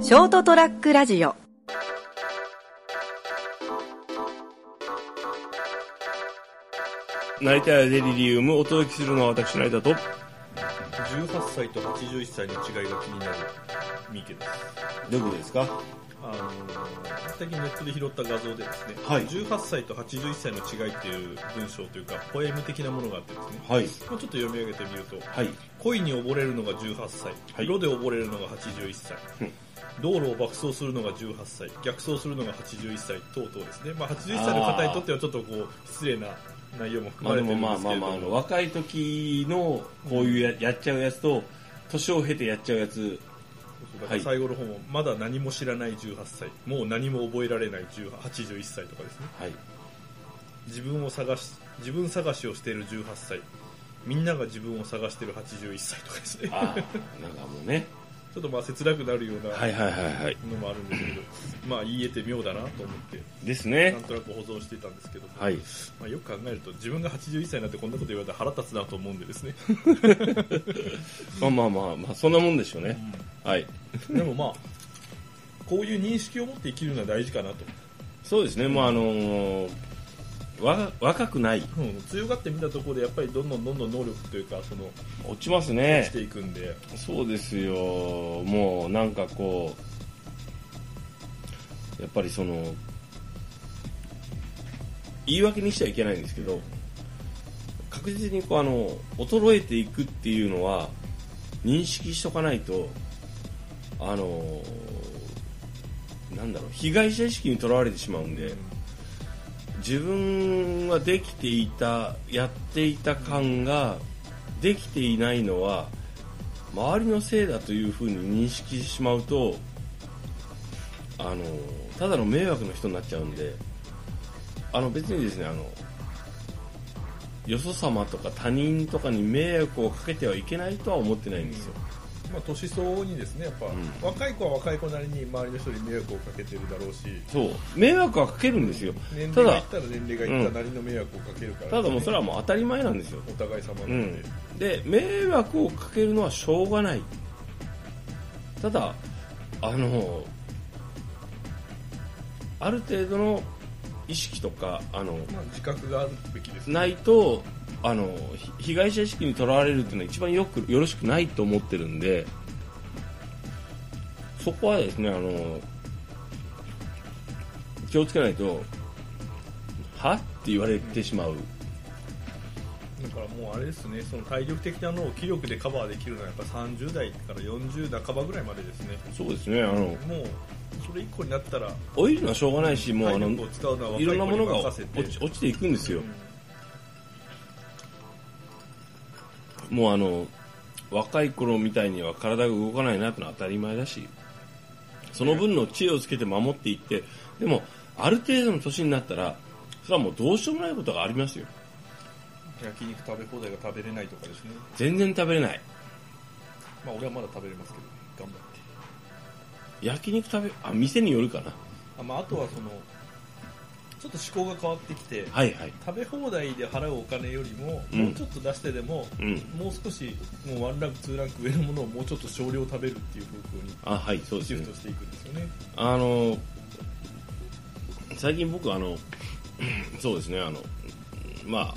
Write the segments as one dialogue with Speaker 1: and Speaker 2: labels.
Speaker 1: ショートトラックラジオ
Speaker 2: 成田屋デリリウムお届けするのは私成田と
Speaker 3: 18歳と81歳の違いが気になる三池です
Speaker 4: どういうことですか
Speaker 3: あのー最近ネットで拾った画像でですね、
Speaker 4: はい
Speaker 3: 18歳と81歳の違いっていう文章というかポエム的なものがあってですね、
Speaker 4: はい
Speaker 3: まあちょっと読み上げてみると
Speaker 4: はい
Speaker 3: 恋に溺れるのが18歳、
Speaker 4: はい
Speaker 3: 色で溺れるのが81歳、
Speaker 4: うん
Speaker 3: 道路を爆走するのが18歳逆走するのが81歳等々ですね、まあ、81歳の方にとってはちょっとこう失礼な内容も含
Speaker 2: まあ
Speaker 3: ま
Speaker 2: で
Speaker 3: れて
Speaker 2: も
Speaker 3: るん
Speaker 2: まあ
Speaker 3: ですけ
Speaker 2: まあ
Speaker 3: れど
Speaker 2: まあ
Speaker 3: も
Speaker 2: あの若い時のこういうややっちゃうやつと年を経てやっちゃうやつ
Speaker 3: そうだから最後の方も、まだ何も知らない18歳、もう何も覚えられない18 81歳とかですね。
Speaker 2: はい
Speaker 3: 自分を探し、自分探しをしている18歳。みんなが自分を探している81歳とかですね。
Speaker 2: ああなんかもうね
Speaker 3: ちょっとまあ切なくなるような
Speaker 2: はいはいはいはい
Speaker 3: のもあるんですけど、まあ言えて妙だなと思って、
Speaker 2: です
Speaker 3: な
Speaker 2: ね
Speaker 3: んとなく保存していたんですけど、
Speaker 2: はい
Speaker 3: まあよく考えると自分が81歳になってこんなこと言われたら腹立つなと思うんでですね。
Speaker 2: まあまあまあまあそんなもんでしょうねはい
Speaker 3: でもまあ、こういう認識を持って生きるのは大事かなと。
Speaker 2: そうですねまああのーわ若くない
Speaker 3: うん、強がってみたところでやっぱりどんどんどんどん能力というかその
Speaker 2: 落ちますね
Speaker 3: していくんで、
Speaker 2: そうですよもうなんかこうやっぱりその言い訳にしちゃいけないんですけど確実にこうあの衰えていくっていうのは認識しとかないとあのなんだろう被害者意識にとらわれてしまうんで自分はできていたやっていた感ができていないのは周りのせいだというふうに認識してしまうとあのただの迷惑の人になっちゃうんであの別にですねあのよそ様とか他人とかに迷惑をかけてはいけないとは思ってないんですよ、
Speaker 3: まあ、年相応にですねやっぱ、
Speaker 2: ん
Speaker 3: 若い子は若い子なりに周りの人に迷惑をかけてるだろうし
Speaker 2: そう迷惑はかけるんですよ
Speaker 3: 年
Speaker 2: た
Speaker 3: 齢がい
Speaker 2: だ
Speaker 3: ったら年齢がいったなりの迷惑をかけるから、
Speaker 2: ただもうそれはもう当たり前なんですよ
Speaker 3: お互い様な
Speaker 2: うんん
Speaker 3: で、、
Speaker 2: で迷惑をかけるのはしょうがないただあのある程度の意識とかあの
Speaker 3: まあ、自覚があるべきですね
Speaker 2: ないとあのひ被害者意識にとらわれるっていうのは一番よくよろしくないと思ってるんでそこはですねあの気をつけないとはって言われてしまう、
Speaker 3: だからもうあれですねその体力的なのを気力でカバーできるのはやっぱ30代から40半ばぐらいまでですね
Speaker 2: そうですねあの
Speaker 3: もうそれ以降になったら
Speaker 2: 老いるのはしょうがないしもうあ
Speaker 3: 体
Speaker 2: の
Speaker 3: 力を使うのは若
Speaker 2: い
Speaker 3: い子
Speaker 2: ろんなも
Speaker 3: に
Speaker 2: のが
Speaker 3: 任
Speaker 2: 落
Speaker 3: せ
Speaker 2: ち
Speaker 3: て
Speaker 2: 落ちていくんですよ、もうあの若い頃みたいには体が動かないなってのは当たり前だしその分の知恵をつけて守っていってでもある程度の年になったらそれはもうどうしようもないことがありますよ
Speaker 3: 焼肉食べ放題が食べれないとかですね
Speaker 2: 全然食べれない
Speaker 3: まあ俺はまだ食べれますけど頑張って
Speaker 2: 焼肉食べあ店によるかな
Speaker 3: あ,、まあ、あとはそのちょっと思考が変わってきて
Speaker 2: はいはい
Speaker 3: 食べ放題で払うお金よりも、
Speaker 2: うん
Speaker 3: もうちょっと出してでも、
Speaker 2: うん
Speaker 3: もう少しもうワンランクツーランク上のものをもうちょっと少量食べるっていう方向に
Speaker 2: あはいそうです
Speaker 3: シフ
Speaker 2: ね
Speaker 3: トしていくんですよね、
Speaker 2: あの最近僕あの そうですねあのまあ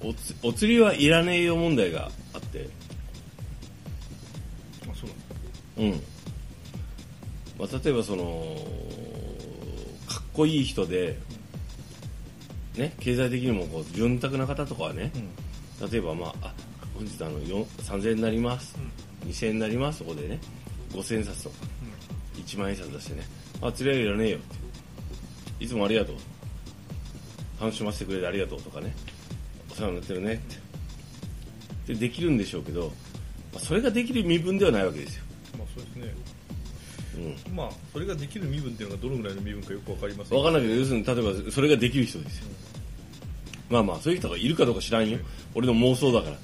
Speaker 2: おつお釣りはいらねえよ問題があって
Speaker 3: あそうなん
Speaker 2: うん、まあ、例えばそのかっこいい人でね経済的にもこう潤沢な方とかはね、例えばまああ本日あのよん3000円になります、2000円になりますそこでね5000円札とか、1万円札出してねあ釣り合いらねえよっていつもありがとう楽しませてくれてありがとうとかねお世話になってるねってでできるんでしょうけど、まあ、それができる身分ではないわけですよ、
Speaker 3: まあそうですね
Speaker 2: うん、
Speaker 3: まあそれができる身分っていうのがどのぐらいの身分かよくわかりません
Speaker 2: わ
Speaker 3: け
Speaker 2: かんないけど、要するに例えばそれができる人ですよ。まあまあ、そういう人がいるかどうか知らんよ。俺の妄想だから。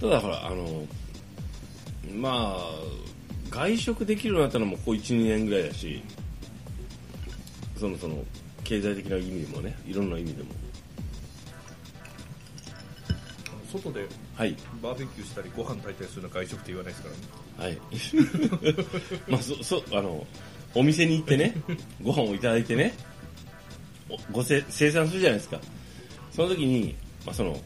Speaker 2: ただほら、あの、まあ、外食できるようになったのもここ1、2年ぐらいだし、そのその、経済的な意味でもね、いろんな意味でも。
Speaker 3: 外で
Speaker 2: はい
Speaker 3: バーベキューしたりご飯炊いたりするのは外食って言わないですからね
Speaker 2: はい まあそ そあのお店に行ってねご飯をいただいてねおごせ生産するじゃないですかその時に、まあ、その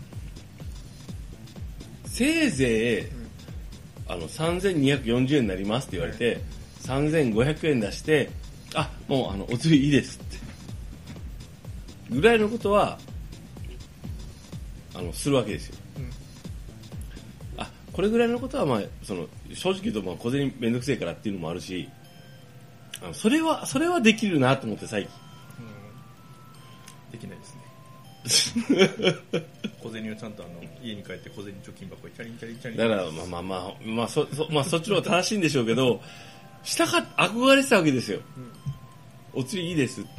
Speaker 2: せいぜい、あの3240円になりますって言われて、3500円出してあもうあのお釣りいいですってぐらいのことはあのするわけですよあこれぐらいのことは、まあ、その正直言うとまあ小銭めんどくせえからっていうのもあるしあのそれはそれはできるなと思って最近
Speaker 3: うんできないですね 小銭をちゃんとあの家に帰って小銭貯金箱にチャリンチャリンチャリン
Speaker 2: だからまあまあまあ、まあ、そそまあそっちの方が正しいんでしょうけどしたかっ憧れてたわけですよ、お釣りいいですって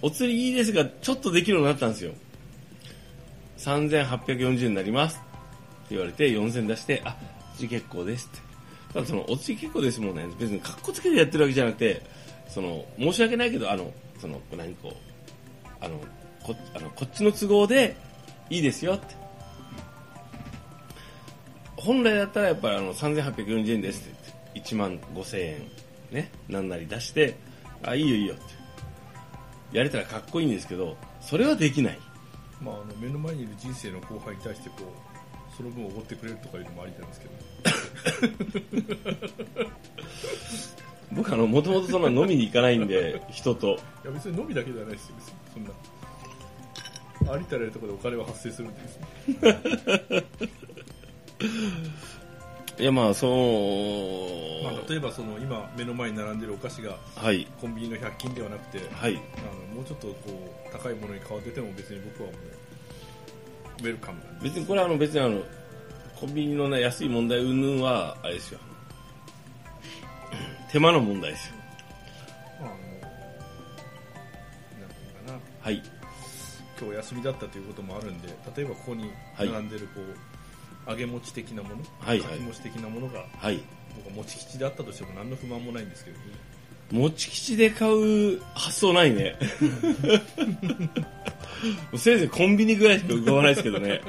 Speaker 2: お釣りいいですがちょっとできるようになったんですよ3840円になりますって言われて4000出してあお釣り結構ですってただそのお釣り結構ですもんね別にかっこつけてやってるわけじゃなくてその申し訳ないけどあのその何こうあのこあのこっちの都合でいいですよって本来だったらやっぱりあの3840円ですって言って1万5000円ねなんなり出してあいいよいいよってやれたらかっこいいんですけどそれはできない
Speaker 3: まあ、あの目の前にいる人生の後輩に対してこうその分おごってくれるとかいうのもありなんですけど
Speaker 2: 僕あのもともとそんな飲みに行かないんで 人と
Speaker 3: いや別に飲みだけじゃないですよ別にそんなありたらるところでお金は発生するんですね
Speaker 2: いやまあそう
Speaker 3: まあ、例えばその今目の前に並んでるお菓子が
Speaker 2: はい
Speaker 3: コンビニの100均ではなくてあ
Speaker 2: はい
Speaker 3: のもうちょっとこう高いものに買われてても別に僕はもうウェルカムなんで
Speaker 2: 別にこれはあの別にあのコンビニの、ね、安い問題云々はあれですよ 手間の問題ですよ
Speaker 3: まああのなんていうのかな
Speaker 2: はい
Speaker 3: 今日休みだったということもあるんで例えばここに
Speaker 2: はい
Speaker 3: 並んでるこう、揚げ餅的なもの、
Speaker 2: はいはい
Speaker 3: かき餅的なものが
Speaker 2: はい
Speaker 3: 僕は餅吉であったとしても何の不満もないんですけど、
Speaker 2: 持ち吉で買う発想ないね。せいぜいコンビニぐらいしか浮かばないですけどね。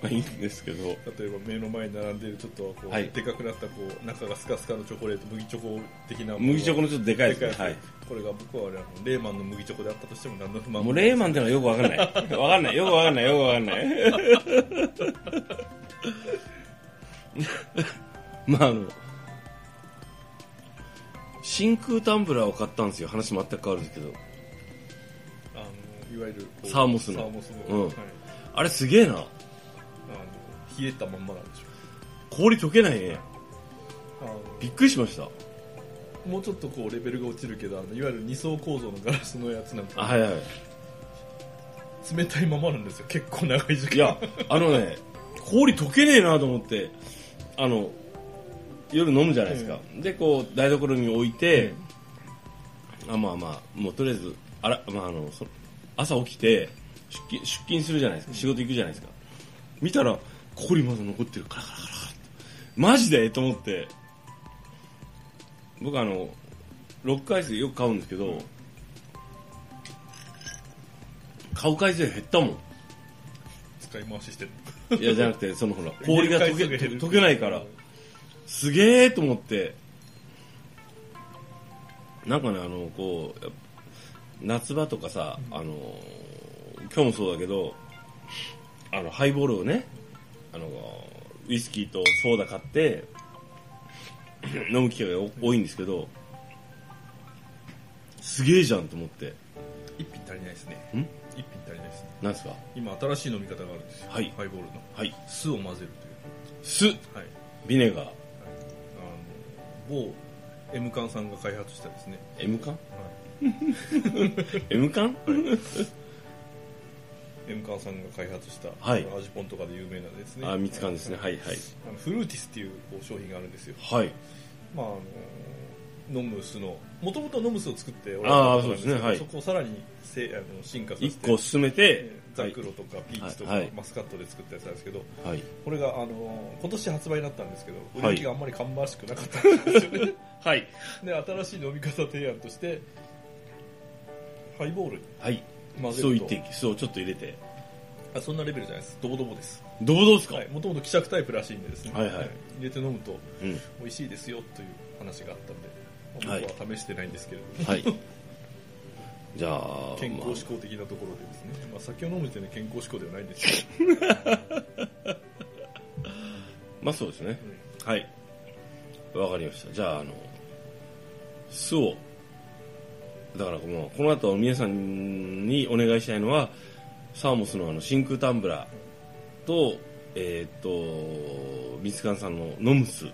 Speaker 2: まあいいんですけど。
Speaker 3: 例えば目の前に並んでるちょっとこう、
Speaker 2: はい
Speaker 3: でかくなったこう中がスカスカのチョコレート麦チョコ的なもの
Speaker 2: 麦チョコのちょっとでかい
Speaker 3: で
Speaker 2: です
Speaker 3: か
Speaker 2: ね。
Speaker 3: い
Speaker 2: はい。
Speaker 3: これが僕はあれあのレーマンの麦チョコであったとしても何の不満
Speaker 2: も
Speaker 3: も
Speaker 2: う
Speaker 3: ない
Speaker 2: レーマンってのはよくわかんない。わかんない。よくわかんない。よくわかんない。まああの、真空タンブラーを買ったんですよ。話全く変わるんですけど。
Speaker 3: あのいわゆるこう
Speaker 2: サーモスの
Speaker 3: サーモスの、
Speaker 2: うん
Speaker 3: はい、
Speaker 2: あれすげえな。
Speaker 3: あの冷えたまんまなんでしょう
Speaker 2: 氷溶けないね。
Speaker 3: あの
Speaker 2: びっくりしました。
Speaker 3: もうちょっとこうレベルが落ちるけどあのいわゆる二層構造のガラスのやつなんか、
Speaker 2: あはいはい。
Speaker 3: 冷たいままなんですよ結構長い時間
Speaker 2: いや、あのね、氷溶けねえなと思って、あの、夜飲むじゃないですか。で、こう、台所に置いて、あまあまあ、もうとりあえず、あら、まああの、そ朝起きて出勤、出勤するじゃないですか。仕事行くじゃないですか。見たら、氷まだ残ってる。カラカラカラカラって。マジでと思って。僕あの、ロックアイスよく買うんですけど、買う回数減ったもん。
Speaker 3: 使い回ししてる
Speaker 2: いや、じゃなくて、そのほら、氷が溶け
Speaker 3: 入れる回数が減る
Speaker 2: 溶けないから、すげえと思って、なんかね、あの、こう、やっぱ夏場とかさ、あの、今日もそうだけど、あの、ハイボールをね、あの、ウイスキーとソーダ買って、飲む機会が多いんですけど、すげえじゃんと思って、
Speaker 3: 一品足りないですね
Speaker 2: ん
Speaker 3: 一品足りないですね
Speaker 2: なんですか
Speaker 3: 今新しい飲み方があるんですよ、
Speaker 2: はい
Speaker 3: ハイボールの
Speaker 2: はい、
Speaker 3: 酢を混ぜる
Speaker 2: 酢、
Speaker 3: というはい
Speaker 2: ビネガー、
Speaker 3: あの某 M 館さんが開発したですね、
Speaker 2: M 缶 ?M 缶
Speaker 3: M 館さんが開発した、
Speaker 2: はい
Speaker 3: 味ぽんとかで有名なですね
Speaker 2: あ、蜜缶ですね。はいはい。
Speaker 3: あのフルーティスっていうこう商品があるんですよ
Speaker 2: はい。
Speaker 3: まああの飲む酢のもともと飲む酢を作ってお
Speaker 2: あー
Speaker 3: られた方
Speaker 2: そ
Speaker 3: なんけど
Speaker 2: うですねはい
Speaker 3: そこをさらにせあの進化させ
Speaker 2: 一
Speaker 3: て
Speaker 2: 個進めて
Speaker 3: え、ーザクロとかピーチとか、
Speaker 2: はいはい
Speaker 3: マスカットで作ったやつなんですけど
Speaker 2: はい。
Speaker 3: これがあの今年発売になったんですけど
Speaker 2: はい
Speaker 3: 売れ行きがあんまり芳しくなかったんですよね、
Speaker 2: はい。
Speaker 3: で新しい飲み方提案としてハイボールに
Speaker 2: はい。
Speaker 3: 混ぜ
Speaker 2: そう
Speaker 3: る
Speaker 2: 一
Speaker 3: と
Speaker 2: 滴そうちょっと入れて
Speaker 3: あそんなレベルじゃないですドボドボです
Speaker 2: どうですか、
Speaker 3: はいもともと希釈タイプらしいんでですね、
Speaker 2: はいはい
Speaker 3: 入れて飲むと
Speaker 2: うん
Speaker 3: 美味しいですよという話があったんで、
Speaker 2: はい
Speaker 3: 僕は試してないんですけれども、
Speaker 2: はいじゃあ
Speaker 3: 健康
Speaker 2: まあ
Speaker 3: 志向的なところでですね、まあ、酒を飲む時点で健康志向ではないんですけど、
Speaker 2: まあそうですね
Speaker 3: うん
Speaker 2: はいわかりましたじゃああの酢をだからこのこの後皆さんにお願いしたいのはサーモスのあの真空タンブラーとえーっとミツカンさんの飲む酢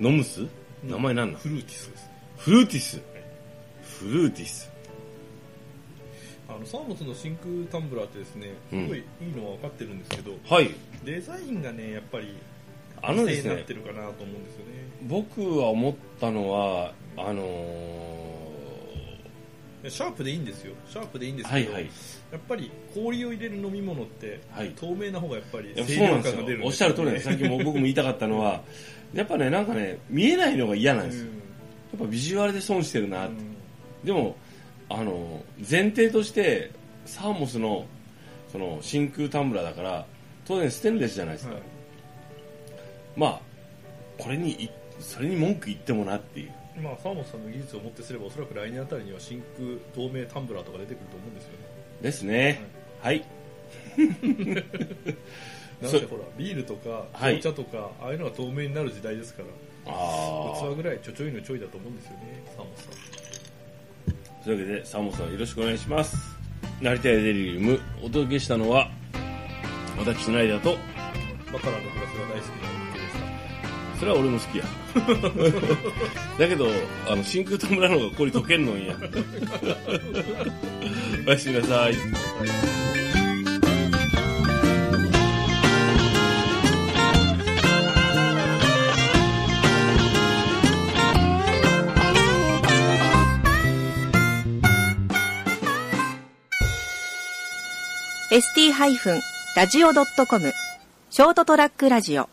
Speaker 2: 飲む酢名前 なんなん
Speaker 3: フルーティスです
Speaker 2: フルーティスフルーティス
Speaker 3: あのサーモスの真空タンブラーってですね
Speaker 2: うん
Speaker 3: すごいいいのは分かってるんですけど、
Speaker 2: はい
Speaker 3: デザインがねやっぱり
Speaker 2: あの
Speaker 3: 犠
Speaker 2: です
Speaker 3: 牲になっ
Speaker 2: ね
Speaker 3: てるかなと思うんですよね
Speaker 2: 僕は思ったのはあの
Speaker 3: いやシャープでいいんですよシャープでいいんで
Speaker 2: ー
Speaker 3: す
Speaker 2: は
Speaker 3: け
Speaker 2: い
Speaker 3: ど、
Speaker 2: はい
Speaker 3: やっぱり氷を入れる飲み物って、
Speaker 2: はい
Speaker 3: 透明な方がやっぱり
Speaker 2: いや
Speaker 3: 清
Speaker 2: そうな
Speaker 3: 涼
Speaker 2: んです
Speaker 3: 感が出るんですよね
Speaker 2: よおっしゃる通りなん ですさっきも僕も言いたかったのはやっぱねなんかね見えないのが嫌なんですよやっぱビジュアルで損してるなって、でもあの前提としてサーモスのその真空タンブラーだから当然ステンレスじゃないです
Speaker 3: うん
Speaker 2: か、
Speaker 3: はい
Speaker 2: まあこれにいそれに文句言ってもなっていう
Speaker 3: まあ、サーモスさんの技術をもってすればおそらく来年あたりには真空透明タンブラーとか出てくると思うんですよね
Speaker 2: ですねはい
Speaker 3: なん
Speaker 2: そう
Speaker 3: せほらビールとか
Speaker 2: はい
Speaker 3: 紅茶とか、ああいうのが透明になる時代ですから
Speaker 2: ああ
Speaker 3: 器ぐらいちょちょいのちょいだと思うんですよねサーモスさ
Speaker 2: というわけでサーモンさんよろしくお願いします成田屋デリリウムお届けしたのは私の間と
Speaker 3: んバカラのグラスが大好きなわけでした
Speaker 2: それは俺も好きや だけどあの真空田村の方が氷溶けんのんや おやすみなさい
Speaker 1: ー ST-radio.com ショートトラックラジオ